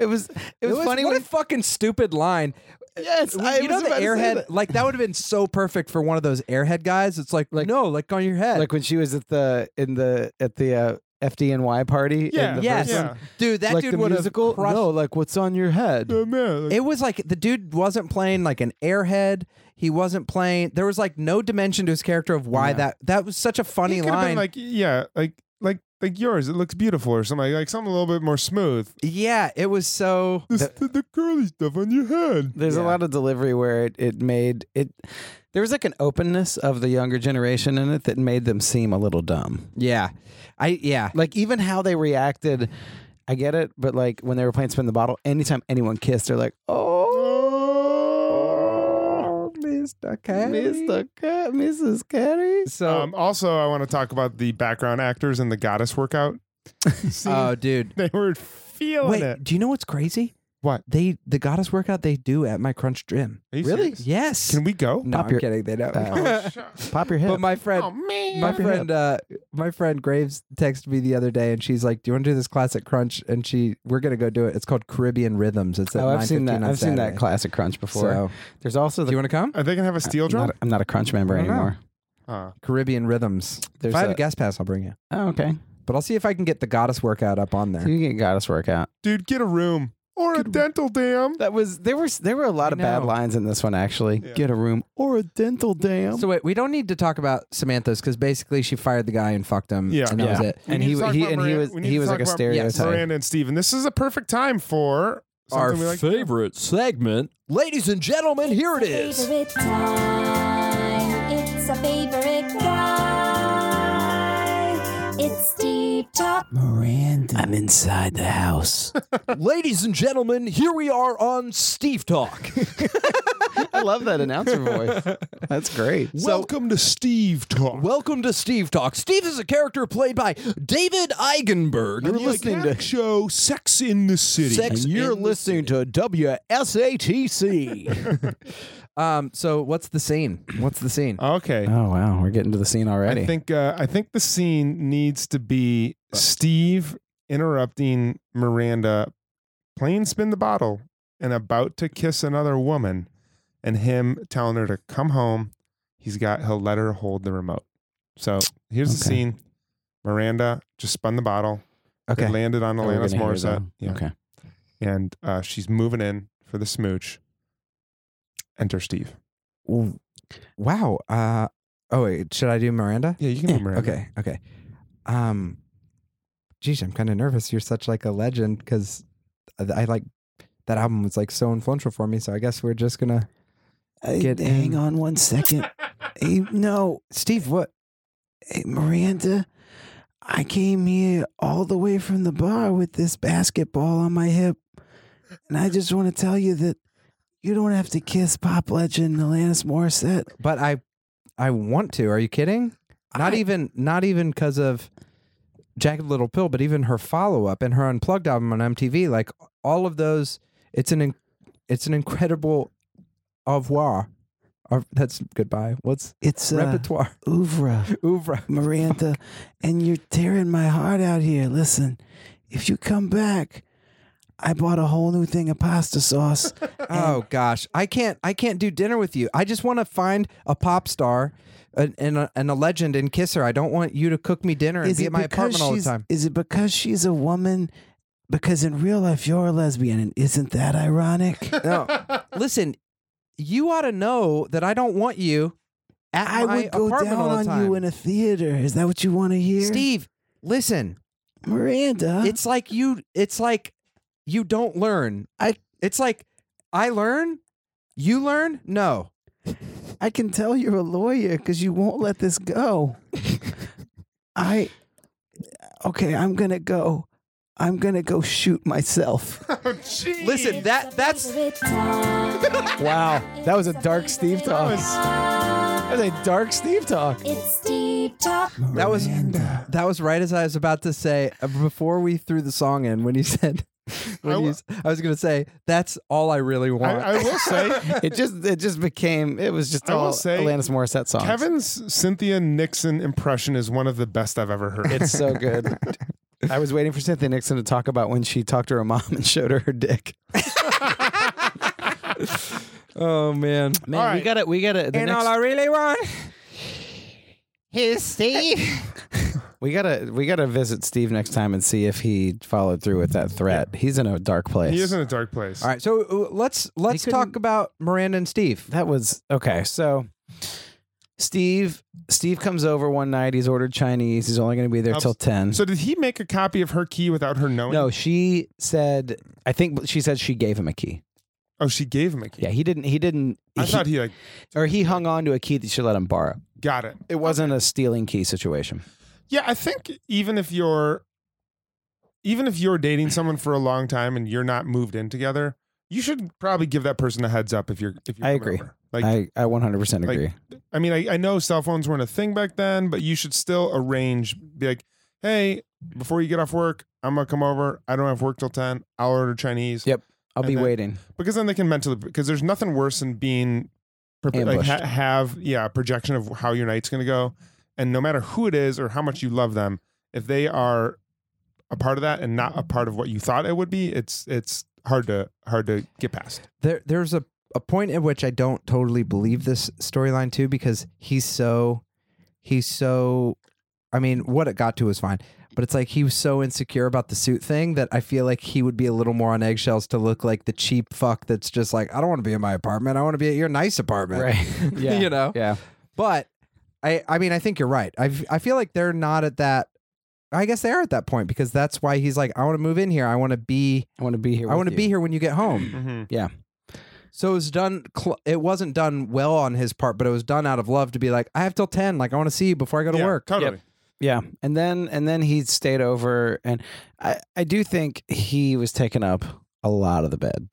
it was.
It was funny. What a fucking stupid line.
yes,
You know the airhead, like that would have been so perfect for one of those airhead guys. It's like,
Like-
no, like on your head,
like when she was at the in the at the uh, FDNY party.
Yeah,
in the
Yes.
first one.
yeah.
dude. That
like
dude
the
would have
musical.
crushed.
No, like what's on your head?
Uh, man, *laughs* like-
It was like the dude wasn't playing like an airhead. He wasn't playing. There was like no dimension to his character of why
Yeah.
that. That was such a funny
It could've
line.
Been like yeah, like like like yours. It looks beautiful or something like, like something a little bit more smooth.
yeah, it was so.
This, the, the curly stuff on your head.
There's a
Yeah.
lot of delivery where it, it made it. There was like an openness of the younger generation in it that made them seem a little dumb.
Yeah, I yeah.
Like even how they reacted, I get it, but like when they were playing spin the bottle, anytime anyone kissed, they're like, oh, Mr. *laughs* Carey, Mr. Car- Mrs. Carey.
So
um, also, I want to talk about the background actors in the goddess workout. See,
oh, dude.
they were feeling
Wait,
it.
do you know what's crazy?
What?
they the goddess workout they do at my Crunch Gym?
Are you
Really?
serious?
Yes.
Can we go?
no,
Pop
I'm
your-
kidding. They don't.
Oh, Pop your head.
*laughs* but my friend,
Oh man,
my friend uh my friend graves texted me the other day and she's like do you want to do this class at crunch and she we're gonna go do it it's called caribbean rhythms it's at
oh, I've seen
9:15
that.
on
I've seen that
Saturday.
classic crunch before.
so
There's also
do
the.
you want to come
Are they gonna have a steel
I'm
drum?
Uh, not, I'm not a crunch member
I don't know.
anymore.
Uh,
caribbean rhythms
There's
if i have
a-
a guest pass i'll bring you
Oh, okay.
but i'll see if i can get the goddess workout up on
So
there
you can get us workout.
dude, get a room or a dental dam.
That was there was there were a lot
I
of bad
know.
lines in this one actually.
Yeah.
Get a room or a dental dam.
so wait we don't need to talk about samantha's because basically she fired the guy and fucked him
Yeah.
and that was it
We
and
need
he
to talk
he
about
and he
Miranda-
was
we need
he
to
was
talk
like a
about- yes,
stereotype.
Miranda and Steven. This is a perfect time for something we like.
favorite segment.
ladies and gentlemen here it
*laughs*
is
Favorite time. It's a favorite guy. It's Steve Talk.
Miranda, I'm inside the house.
ladies and gentlemen here we are on steve talk
I love that announcer voice. *laughs* That's great.
Welcome to Steve Talk.
Welcome to Steve Talk. Steve is a character played by David Eigenberg.
You're listening to-
show Sex in the City.
Sex in the
to WSATC.
*laughs* Um, so what's the scene? What's the scene?
Okay.
oh wow, we're getting to the scene already.
I think uh, I think the scene needs to be Steve interrupting Miranda playing spin the bottle and about to kiss another woman and him telling her to come home. He's got he'll let her hold the remote. So here's the
Okay.
scene. Miranda just spun the bottle. It landed on
Oh, we're gonna
Alanis
hear
Morissette.
them. Okay.
And uh, she's moving in for the smooch. Enter Steve.
Ooh. Wow. Uh oh wait, should I do Miranda?
Yeah, you *laughs* can do Miranda.
Okay, okay. Um geez, I'm kind of nervous. You're such like a legend because I, I like that album was like so influential for me. So I guess we're just gonna Get
Uh, hang
in.
on one *laughs* second. hey, no,
Steve, what
Hey, Miranda, I came here all the way from the bar with this basketball on my hip. And I just want to tell you that you don't have to kiss pop legend Alanis Morissette.
but I I want to. Are you kidding? Not
I-
even not even because of Jagged Little Pill, but even her follow up and her unplugged album on MTV, like all of those, it's an in, it's an incredible au revoir. Au- That's goodbye. What's
It's uh,
repertoire?
*laughs* oeuvre,
*laughs* Ouvra.
Miranda. and you're tearing my heart out here. Listen, if you come back, I bought a whole new thing of pasta *laughs* sauce.
Oh gosh, I can't I can't do dinner with you. I just want to find a pop star and and a, and a legend and kiss her. I don't want you to cook me dinner and be at my
because
apartment all the
she's-
time.
Is it because she's a woman? Because in real life, you're a lesbian, and isn't that
*laughs*
ironic? Uh,
No. Listen, you ought to know that I don't want you at
I
my
would go
apartment
down
all the
on
time.
you in a theater. Is that what you want to hear?
Steve, listen.
Miranda.
It's like you it's like you don't learn. I it's like I learn, you learn? No.
I can tell you're a lawyer because you won't let this
*laughs*
go. I. Okay, I'm going to go. I'm going to go shoot
*laughs*
myself.
Listen, that that's
Favorite time.
*laughs* Wow.
that was a dark Steve
That
talk.
was
was a dark Steve talk.
It's deep talk.
That was that was right as I was about to say uh, before we threw the song in when you *laughs* said when
I
I,
wa-
you, s- I was going to say that's all I really
I,
want.
I will say,
It just it just became it was just
I will
all
say,
Alanis Morissette songs.
Kevin's Cynthia Nixon impression is one of the best I've ever heard.
It's so good. *laughs* I was waiting for Cynthia Nixon to talk about when she talked to her mom and showed her her dick.
oh man.
Man,
All
we
right.
got it. We got it.
and all I really want is Steve.
we gotta we gotta visit Steve next time and see if he followed through with that threat. He's in a dark place.
he
*laughs*
is in a dark place.
All right, so uh, let's let's talk
couldn't-
about Miranda and Steve.
that was okay. So Steve Steve comes over one night. He's ordered Chinese. He's only going to be there
Ups-
till ten.
So did he make a copy of her key without her knowing?
no, she said. I think she said she gave him a key.
Oh, she gave him a key.
Yeah, he didn't. He didn't.
I
he-
thought he like
or he hung on to a key that she let him borrow.
got it.
It wasn't a stealing key situation.
Yeah, I think even if you're even if you're dating someone for a long time and you're not moved in together, you should probably give that person a heads up if you're if you're
I
coming
agree.
over. Like I,
I I 100%
like-
agree.
mean, I, I know cell phones weren't a thing back then, but you should still arrange be like, "Hey, before you get off work, I'm going to come over. I don't have work till 10. I'll order Chinese."
Yep. I'll
and
be
then-
waiting.
Because then they can mentally because there's nothing worse than being prepa- like ha-
Ambushed.
have yeah, a projection of how your night's going to go and no matter who it is or how much you love them, if they are a part of that and not a part of what you thought it would be, it's it's hard to hard to get past.
There there's a a point at which I don't totally believe this storyline too because he's so he's so I mean, what it got to was fine, but it's like he was so insecure about the suit thing that I feel like he would be a little more on eggshells to look like the cheap fuck that's just like, I don't want to be in my apartment. I want to be at your nice apartment. *laughs*
yeah.
You know?
Yeah.
But I I mean I think you're right. I I feel like they're not at that I guess they are at that point because that's why he's like I want to move in here. I want to be
I want to be here.
I want to be here when you get home.
Mm-hmm.
So it was done cl- it wasn't done well on his part, but it was done out of love to be like I have till 10 like I want to see you before I go to work.
Totally.
Yeah. And then and then he stayed over and I I do think he was taking up a lot of the bed.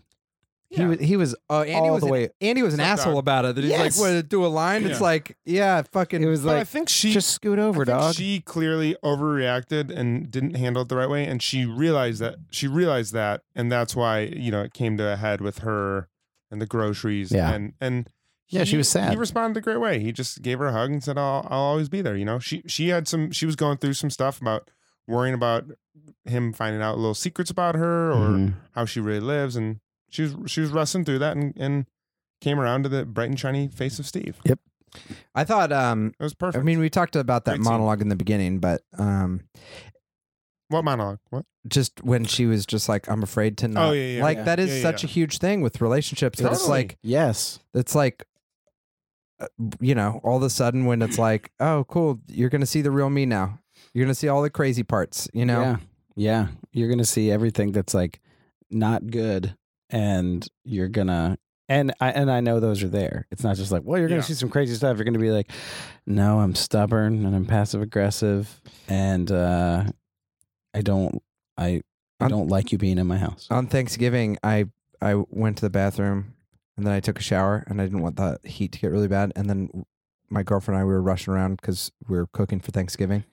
He
Yeah.
was he was
Oh, Andy
All
was
the
an,
way-
Andy was an
Suck
asshole
dog.
about it. That he's
Yes.
like, "What? Do a line?" It's
Yeah.
like, "Yeah, fucking."
it was
But I
like
think she
just scoot over,
I think
dog.
She clearly overreacted and didn't handle it the right way, and she realized that she realized that, and that's why you know it came to a head with her and the groceries.
Yeah.
and and
Yeah, she
he-
was sad.
He responded the great way. He just gave her a hug and said, "I'll I'll always be there." You know, she she had some she was going through some stuff about worrying about him finding out little secrets about her or
Mhm.
how she really lives, and she was she was wrestling through that and and came around to the bright and shiny face of Steve.
I thought. Um,
It was
I
perfect.
mean, we talked about that
Great scene.
monologue in the beginning, but um,
what monologue? What?
just when she was just like, "I'm afraid to not."
Oh, yeah, yeah,
like
yeah.
that is
Yeah, yeah,
such
yeah.
a huge thing with relationships. That it's
Totally.
like
yes.
it's like uh, you know all of a sudden when it's like oh cool you're gonna see the real me now you're gonna see all the crazy parts you know
Yeah. Yeah. You're going to see everything that's like not good and you're going to and I and I know those are there. It's not just like, well, you're going
Yeah.
to see some crazy stuff. You're going to be like, no, I'm stubborn and I'm passive aggressive and uh I don't I I
I'm-
don't like you being in my house.
Uh,
on Thanksgiving, I I went to the bathroom and then I took a shower and I didn't want the heat to get really bad. And then my girlfriend and I we were rushing around because we were cooking for Thanksgiving.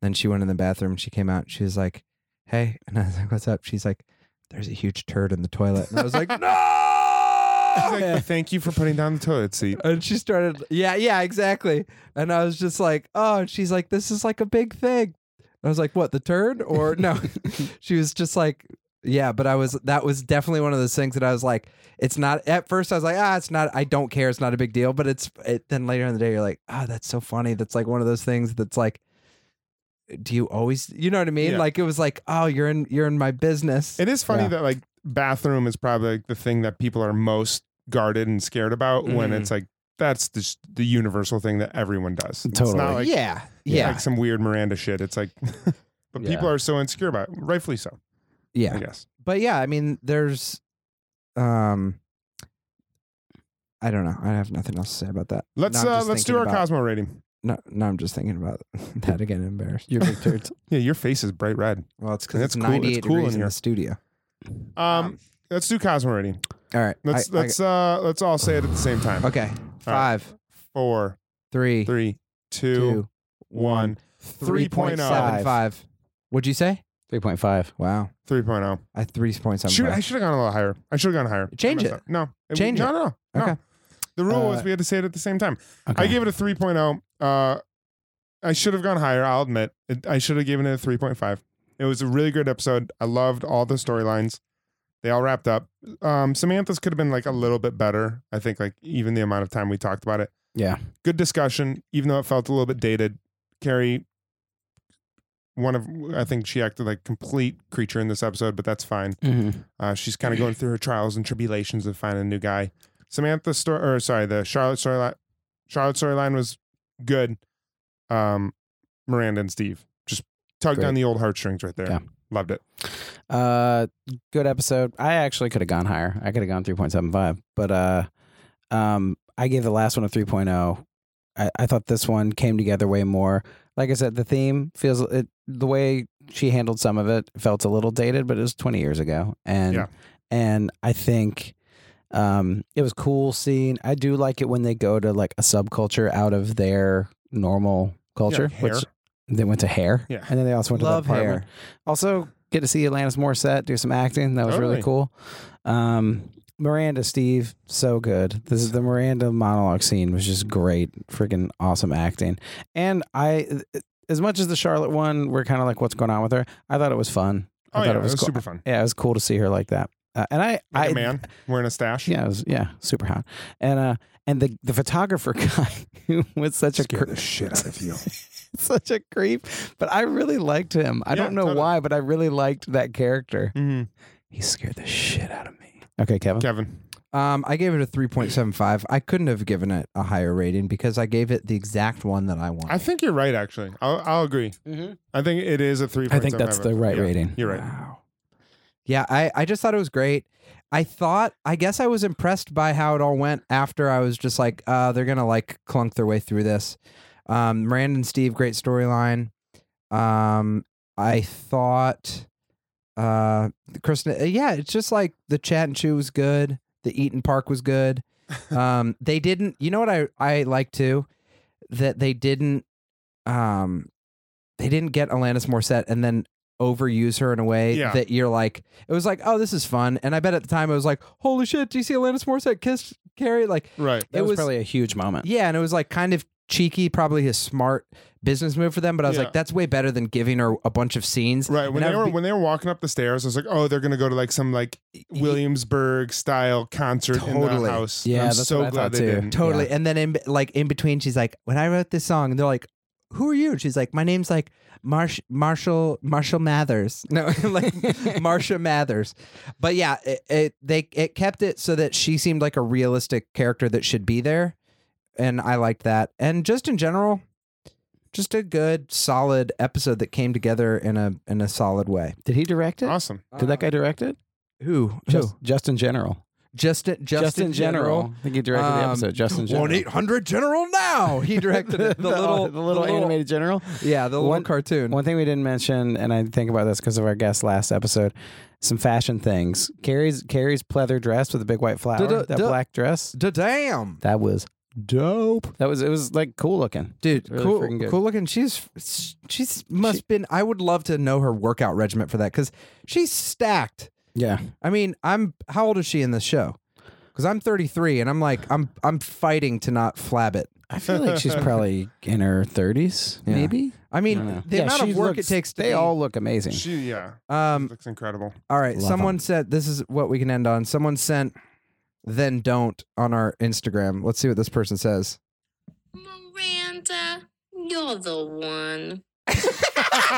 Then she went in the bathroom. She came out. She was like, "Hey," *laughs* and I was like, "What's up?" She's like, "There's a huge turd in the toilet." And I was like,
He's like,
"No!"
Thank you for putting down the toilet seat.
And she started, "Yeah, yeah, exactly." And I was just like, "Oh," and she's like, "This is like a big thing." And I was like, "What the turd?"
*laughs*
Or no, *laughs* she was just like, yeah, but I was that was definitely one of those things that I was like, it's not at first I was like, ah, it's not I don't care, it's not a big deal, but it's it, then later in the day you're like, ah, that's so funny. That's like one of those things that's like do you always you know what I mean?
Yeah.
Like it was like, oh, you're in you're in my business.
It is funny
Yeah.
that like bathroom is probably like the thing that people are most guarded and scared about when
Mhm.
it's like that's the, sh- the universal thing that everyone does. It's
Totally.
not like,
yeah.
oh, yeah.
Yeah.
like some weird Miranda shit. It's like, *laughs* but people
Yeah.
are so insecure about it, rightfully so,
yeah.
I guess.
But yeah, I mean, there's um I don't know. I have nothing else to say about that.
Let's
Now I'm
uh,
just
let's do
thinking
our
about-
Cosmo rating.
No, no, I'm just thinking about *laughs* that again. Embarrassed.
You're big
*laughs*
turds.
Yeah, your face is bright red.
Well, it's because
That's
it's
cool. It's
98
cool
degrees
in
in,
here.
the studio.
Um, let's do Cosmo rating.
All right.
Let's
I- I-
let's uh let's all say it at the same time.
okay. Five.
Four,
Three,
Three, two, one.
two, three point
3.0.
seven five. What'd you say?
3.5.
Wow,
3.0.
I three point seven
Shoot, I
five.
should have gone a little higher. I should have gone higher.
Change
I messed
it.
up. No.
Change
no,
it.
No, no,
Okay.
The rule was
Uh,
we had to say it at the same time.
Okay.
I gave it a 3.0. Uh, I should have gone higher. I'll admit. It, I should have given it a 3.5. It was a really good episode. I loved all the storylines. They all wrapped up. Um, Samantha's could have been like a little bit better. I think like even the amount of time we talked about it.
Yeah.
Good discussion, even though it felt a little bit dated. Carrie, one of I think she acted like complete creature in this episode, but that's fine.
Mm-hmm.
Uh, she's kind of going through her trials and tribulations of finding a new guy. Samantha story, or sorry, the Charlotte storyline. Charlotte storyline was good. Um, Miranda and Steve just tugged
Great.
on the old heartstrings right there.
Yeah.
Loved it.
Uh, good episode. I actually could have gone higher. I could have gone 3.75, but uh, um, I gave the last one a 3.0. I, I thought this one came together way more. Like I said, the theme feels it the way she handled some of it felt a little dated, but it was 20 years ago, and
Yeah.
and I think um, it was cool seeing. I do like it when they go to like a subculture out of their normal culture,
Yeah, hair.
which they went to hair,
Yeah.
and then they also went
Love
to the apartment.
hair.
Also, get to see Alanis Morissette do some acting. That was
Totally.
really cool. Um, Miranda, Steve, so good. This is the Miranda monologue scene was just great. Freaking awesome acting. And I, as much as the Charlotte one, we're kind of like, what's going on with her? I thought it was fun. I
Oh
thought
yeah, it was,
cool.
super fun.
Yeah, it was cool to see her like that. Uh, and I,
Like a
I
man wearing a stash.
yeah, it was yeah, super hot. And uh and the the photographer *laughs* guy who was such a cre-
shit out of you.
*laughs* such a creep, but I really liked him. I
Yeah,
don't know
totally.
why, but I really liked that character.
hmm
He scared the shit out of me. Okay, Kevin.
Kevin,
Um, I gave it a three point seven five. I couldn't have given it a higher rating because I gave it the exact one that I wanted.
I think you're right. Actually, I'll, I'll agree. I think it is a three.
I think that's the right rating.
You're right.
Wow. Yeah, I, I just thought it was great. I thought, I guess I was impressed by how it all went after I was just like, uh, they're going to like clunk their way through this. Um, Miranda and Steve, great storyline. Um, I thought, uh, Kristen, uh, yeah, it's just like the chat and chew was good. The Eaton Park was
*laughs*
good. Um, they didn't, you know what I, I like too? That they didn't, um, they didn't get Alanis Morissette and then overuse her in a way
Yeah.
that you're like, it was like, oh, this is fun. And I bet at the time I was like, holy shit, do you see Alanis Morissette kiss Carrie? Like,
Right.
That
it
was,
was,
probably a huge moment.
yeah, and it was like kind of cheeky, probably a smart business move for them. But I was
Yeah.
like, that's way better than giving her a bunch of scenes.
Right when
And I
they
would
were
be-
when they were walking up the stairs, I was like, "Oh, they're gonna go to like some like E, Williamsburg style concert in the
Totally.
house."
Yeah,
I'm
that's
so
what I
glad
thought
they
too.
didn't.
Totally. And then in like in between, she's like, when I wrote this song, and they're like, who are you? And she's like, my name's like Marsh Marshall Marshall Mathers. *laughs* No, like Marsha Mathers. But yeah, it, it they it kept it so that she seemed like a realistic character that should be there, and I liked that. And just in general, just a good solid episode that came together in a in a solid way.
Did he direct it?
Awesome.
Did that guy direct it?
Who
Just,
who
just in general.
just in, just, in general.
I think he directed the
Um,
episode. Just in general.
One eight hundred general now. He directed *laughs* it. The, little
*laughs* the little animated general.
Yeah, the little
One-
cartoon.
One thing we didn't mention, and I think about this because of our guest last episode, some fashion things. Carrie's Carrie's pleather dress with a big white flower,
Duh, duh,
that
duh.
black dress.
Da damn,
That was dope. That was it was like cool looking.
dude,
Really freaking
cool,
good.
cool looking. She's she's must been. I would love to know her workout regimen for that because she's stacked.
Yeah.
I mean, I'm how old is she in this show? Because I'm 33 and I'm like I'm I'm fighting to not flab it.
I feel like *laughs* she's probably in her 30s,
Yeah.
maybe.
I
I don't
mean,
know.
the
Yeah,
amount
she
of work
looks-
it takes. To
they
be-
all look amazing.
She yeah,
um,
looks incredible.
All right.
Love
someone
'em.
said this is what we can end on. Someone sent then don't on our Instagram. Let's see what this person says.
Miranda, you're the one.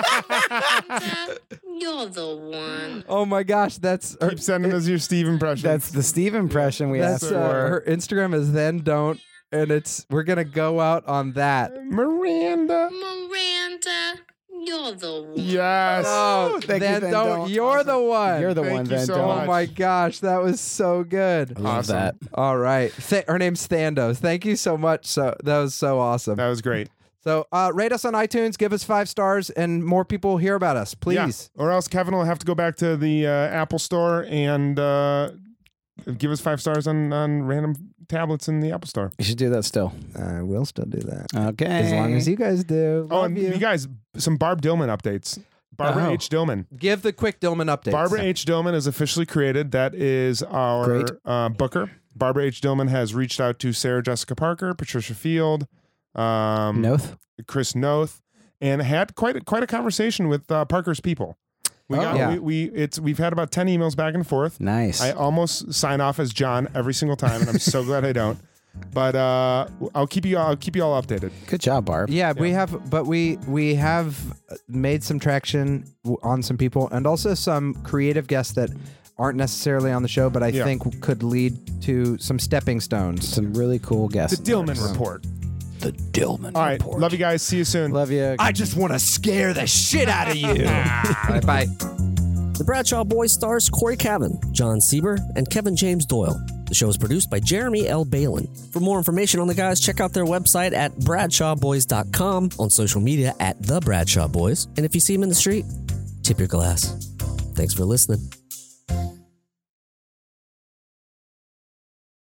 Miranda, you're the one.
Oh my gosh, that's her,
Keep sending us your Steve
*laughs*
impressions.
That's the Steve impression we
that's
asked
uh,
for.
her Instagram is then don't and it's we're going to go out on that.
Miranda.
Miranda, you're the one.
Yes.
Oh,
thank you,
then
then
don't.
don't.
You're the one.
You're the
Thank
one
you
that
so
don't.
Oh
much.
my gosh, that was so good.
I love
Awesome.
that.
All right. Th- her name's Thandos. Thank you so much. So that was so awesome.
That was great.
So uh, rate us on iTunes, give us five stars, and more people will hear about us,
Yeah.
please.
Or else Kevin will have to go back to the uh, Apple store and uh, give us five stars on, on random tablets in the Apple Store.
You should do that still.
I will still do that.
Okay.
As long
Eh.
as you guys do.
Oh,
Love
and
you.
you. guys, some Barb Dillman updates. Barbara
Oh.
H. Dillman.
Give the quick Dillman update.
Barbara H. Dillman is officially created. That is our
Great.
uh, booker. Barbara H. Dillman has reached out to Sarah Jessica Parker, Patricia Field, um,
Noth.
Chris Noth, and had quite a, quite a conversation with uh, Parker's people. We
Oh.
got
Yeah.
we, we it's we've had about ten emails back and forth.
Nice.
I almost sign off as John every single time, and
*laughs*
I'm so glad I don't. But uh, I'll keep you I'll keep you all updated.
Good job, Barb.
Yeah, we have, but we we have made some traction w- on some people, and also some creative guests that aren't necessarily on the show, but I
Yeah.
think could lead to some stepping stones.
Some really cool
The
guests.
Dillman report.
The Dillman.
All right, love you guys. See you soon.
Love you.
I just want to scare the shit out of you.
bye.
The Bradshaw Boys stars Corey Cavan, John Sieber, and Kevin James Doyle. The show is produced by Jeremy L. Balin. For more information on the guys, check out their website at bradshawboys.com, on social media at The Bradshaw Boys, and if you see them in the street, tip your glass. Thanks for listening.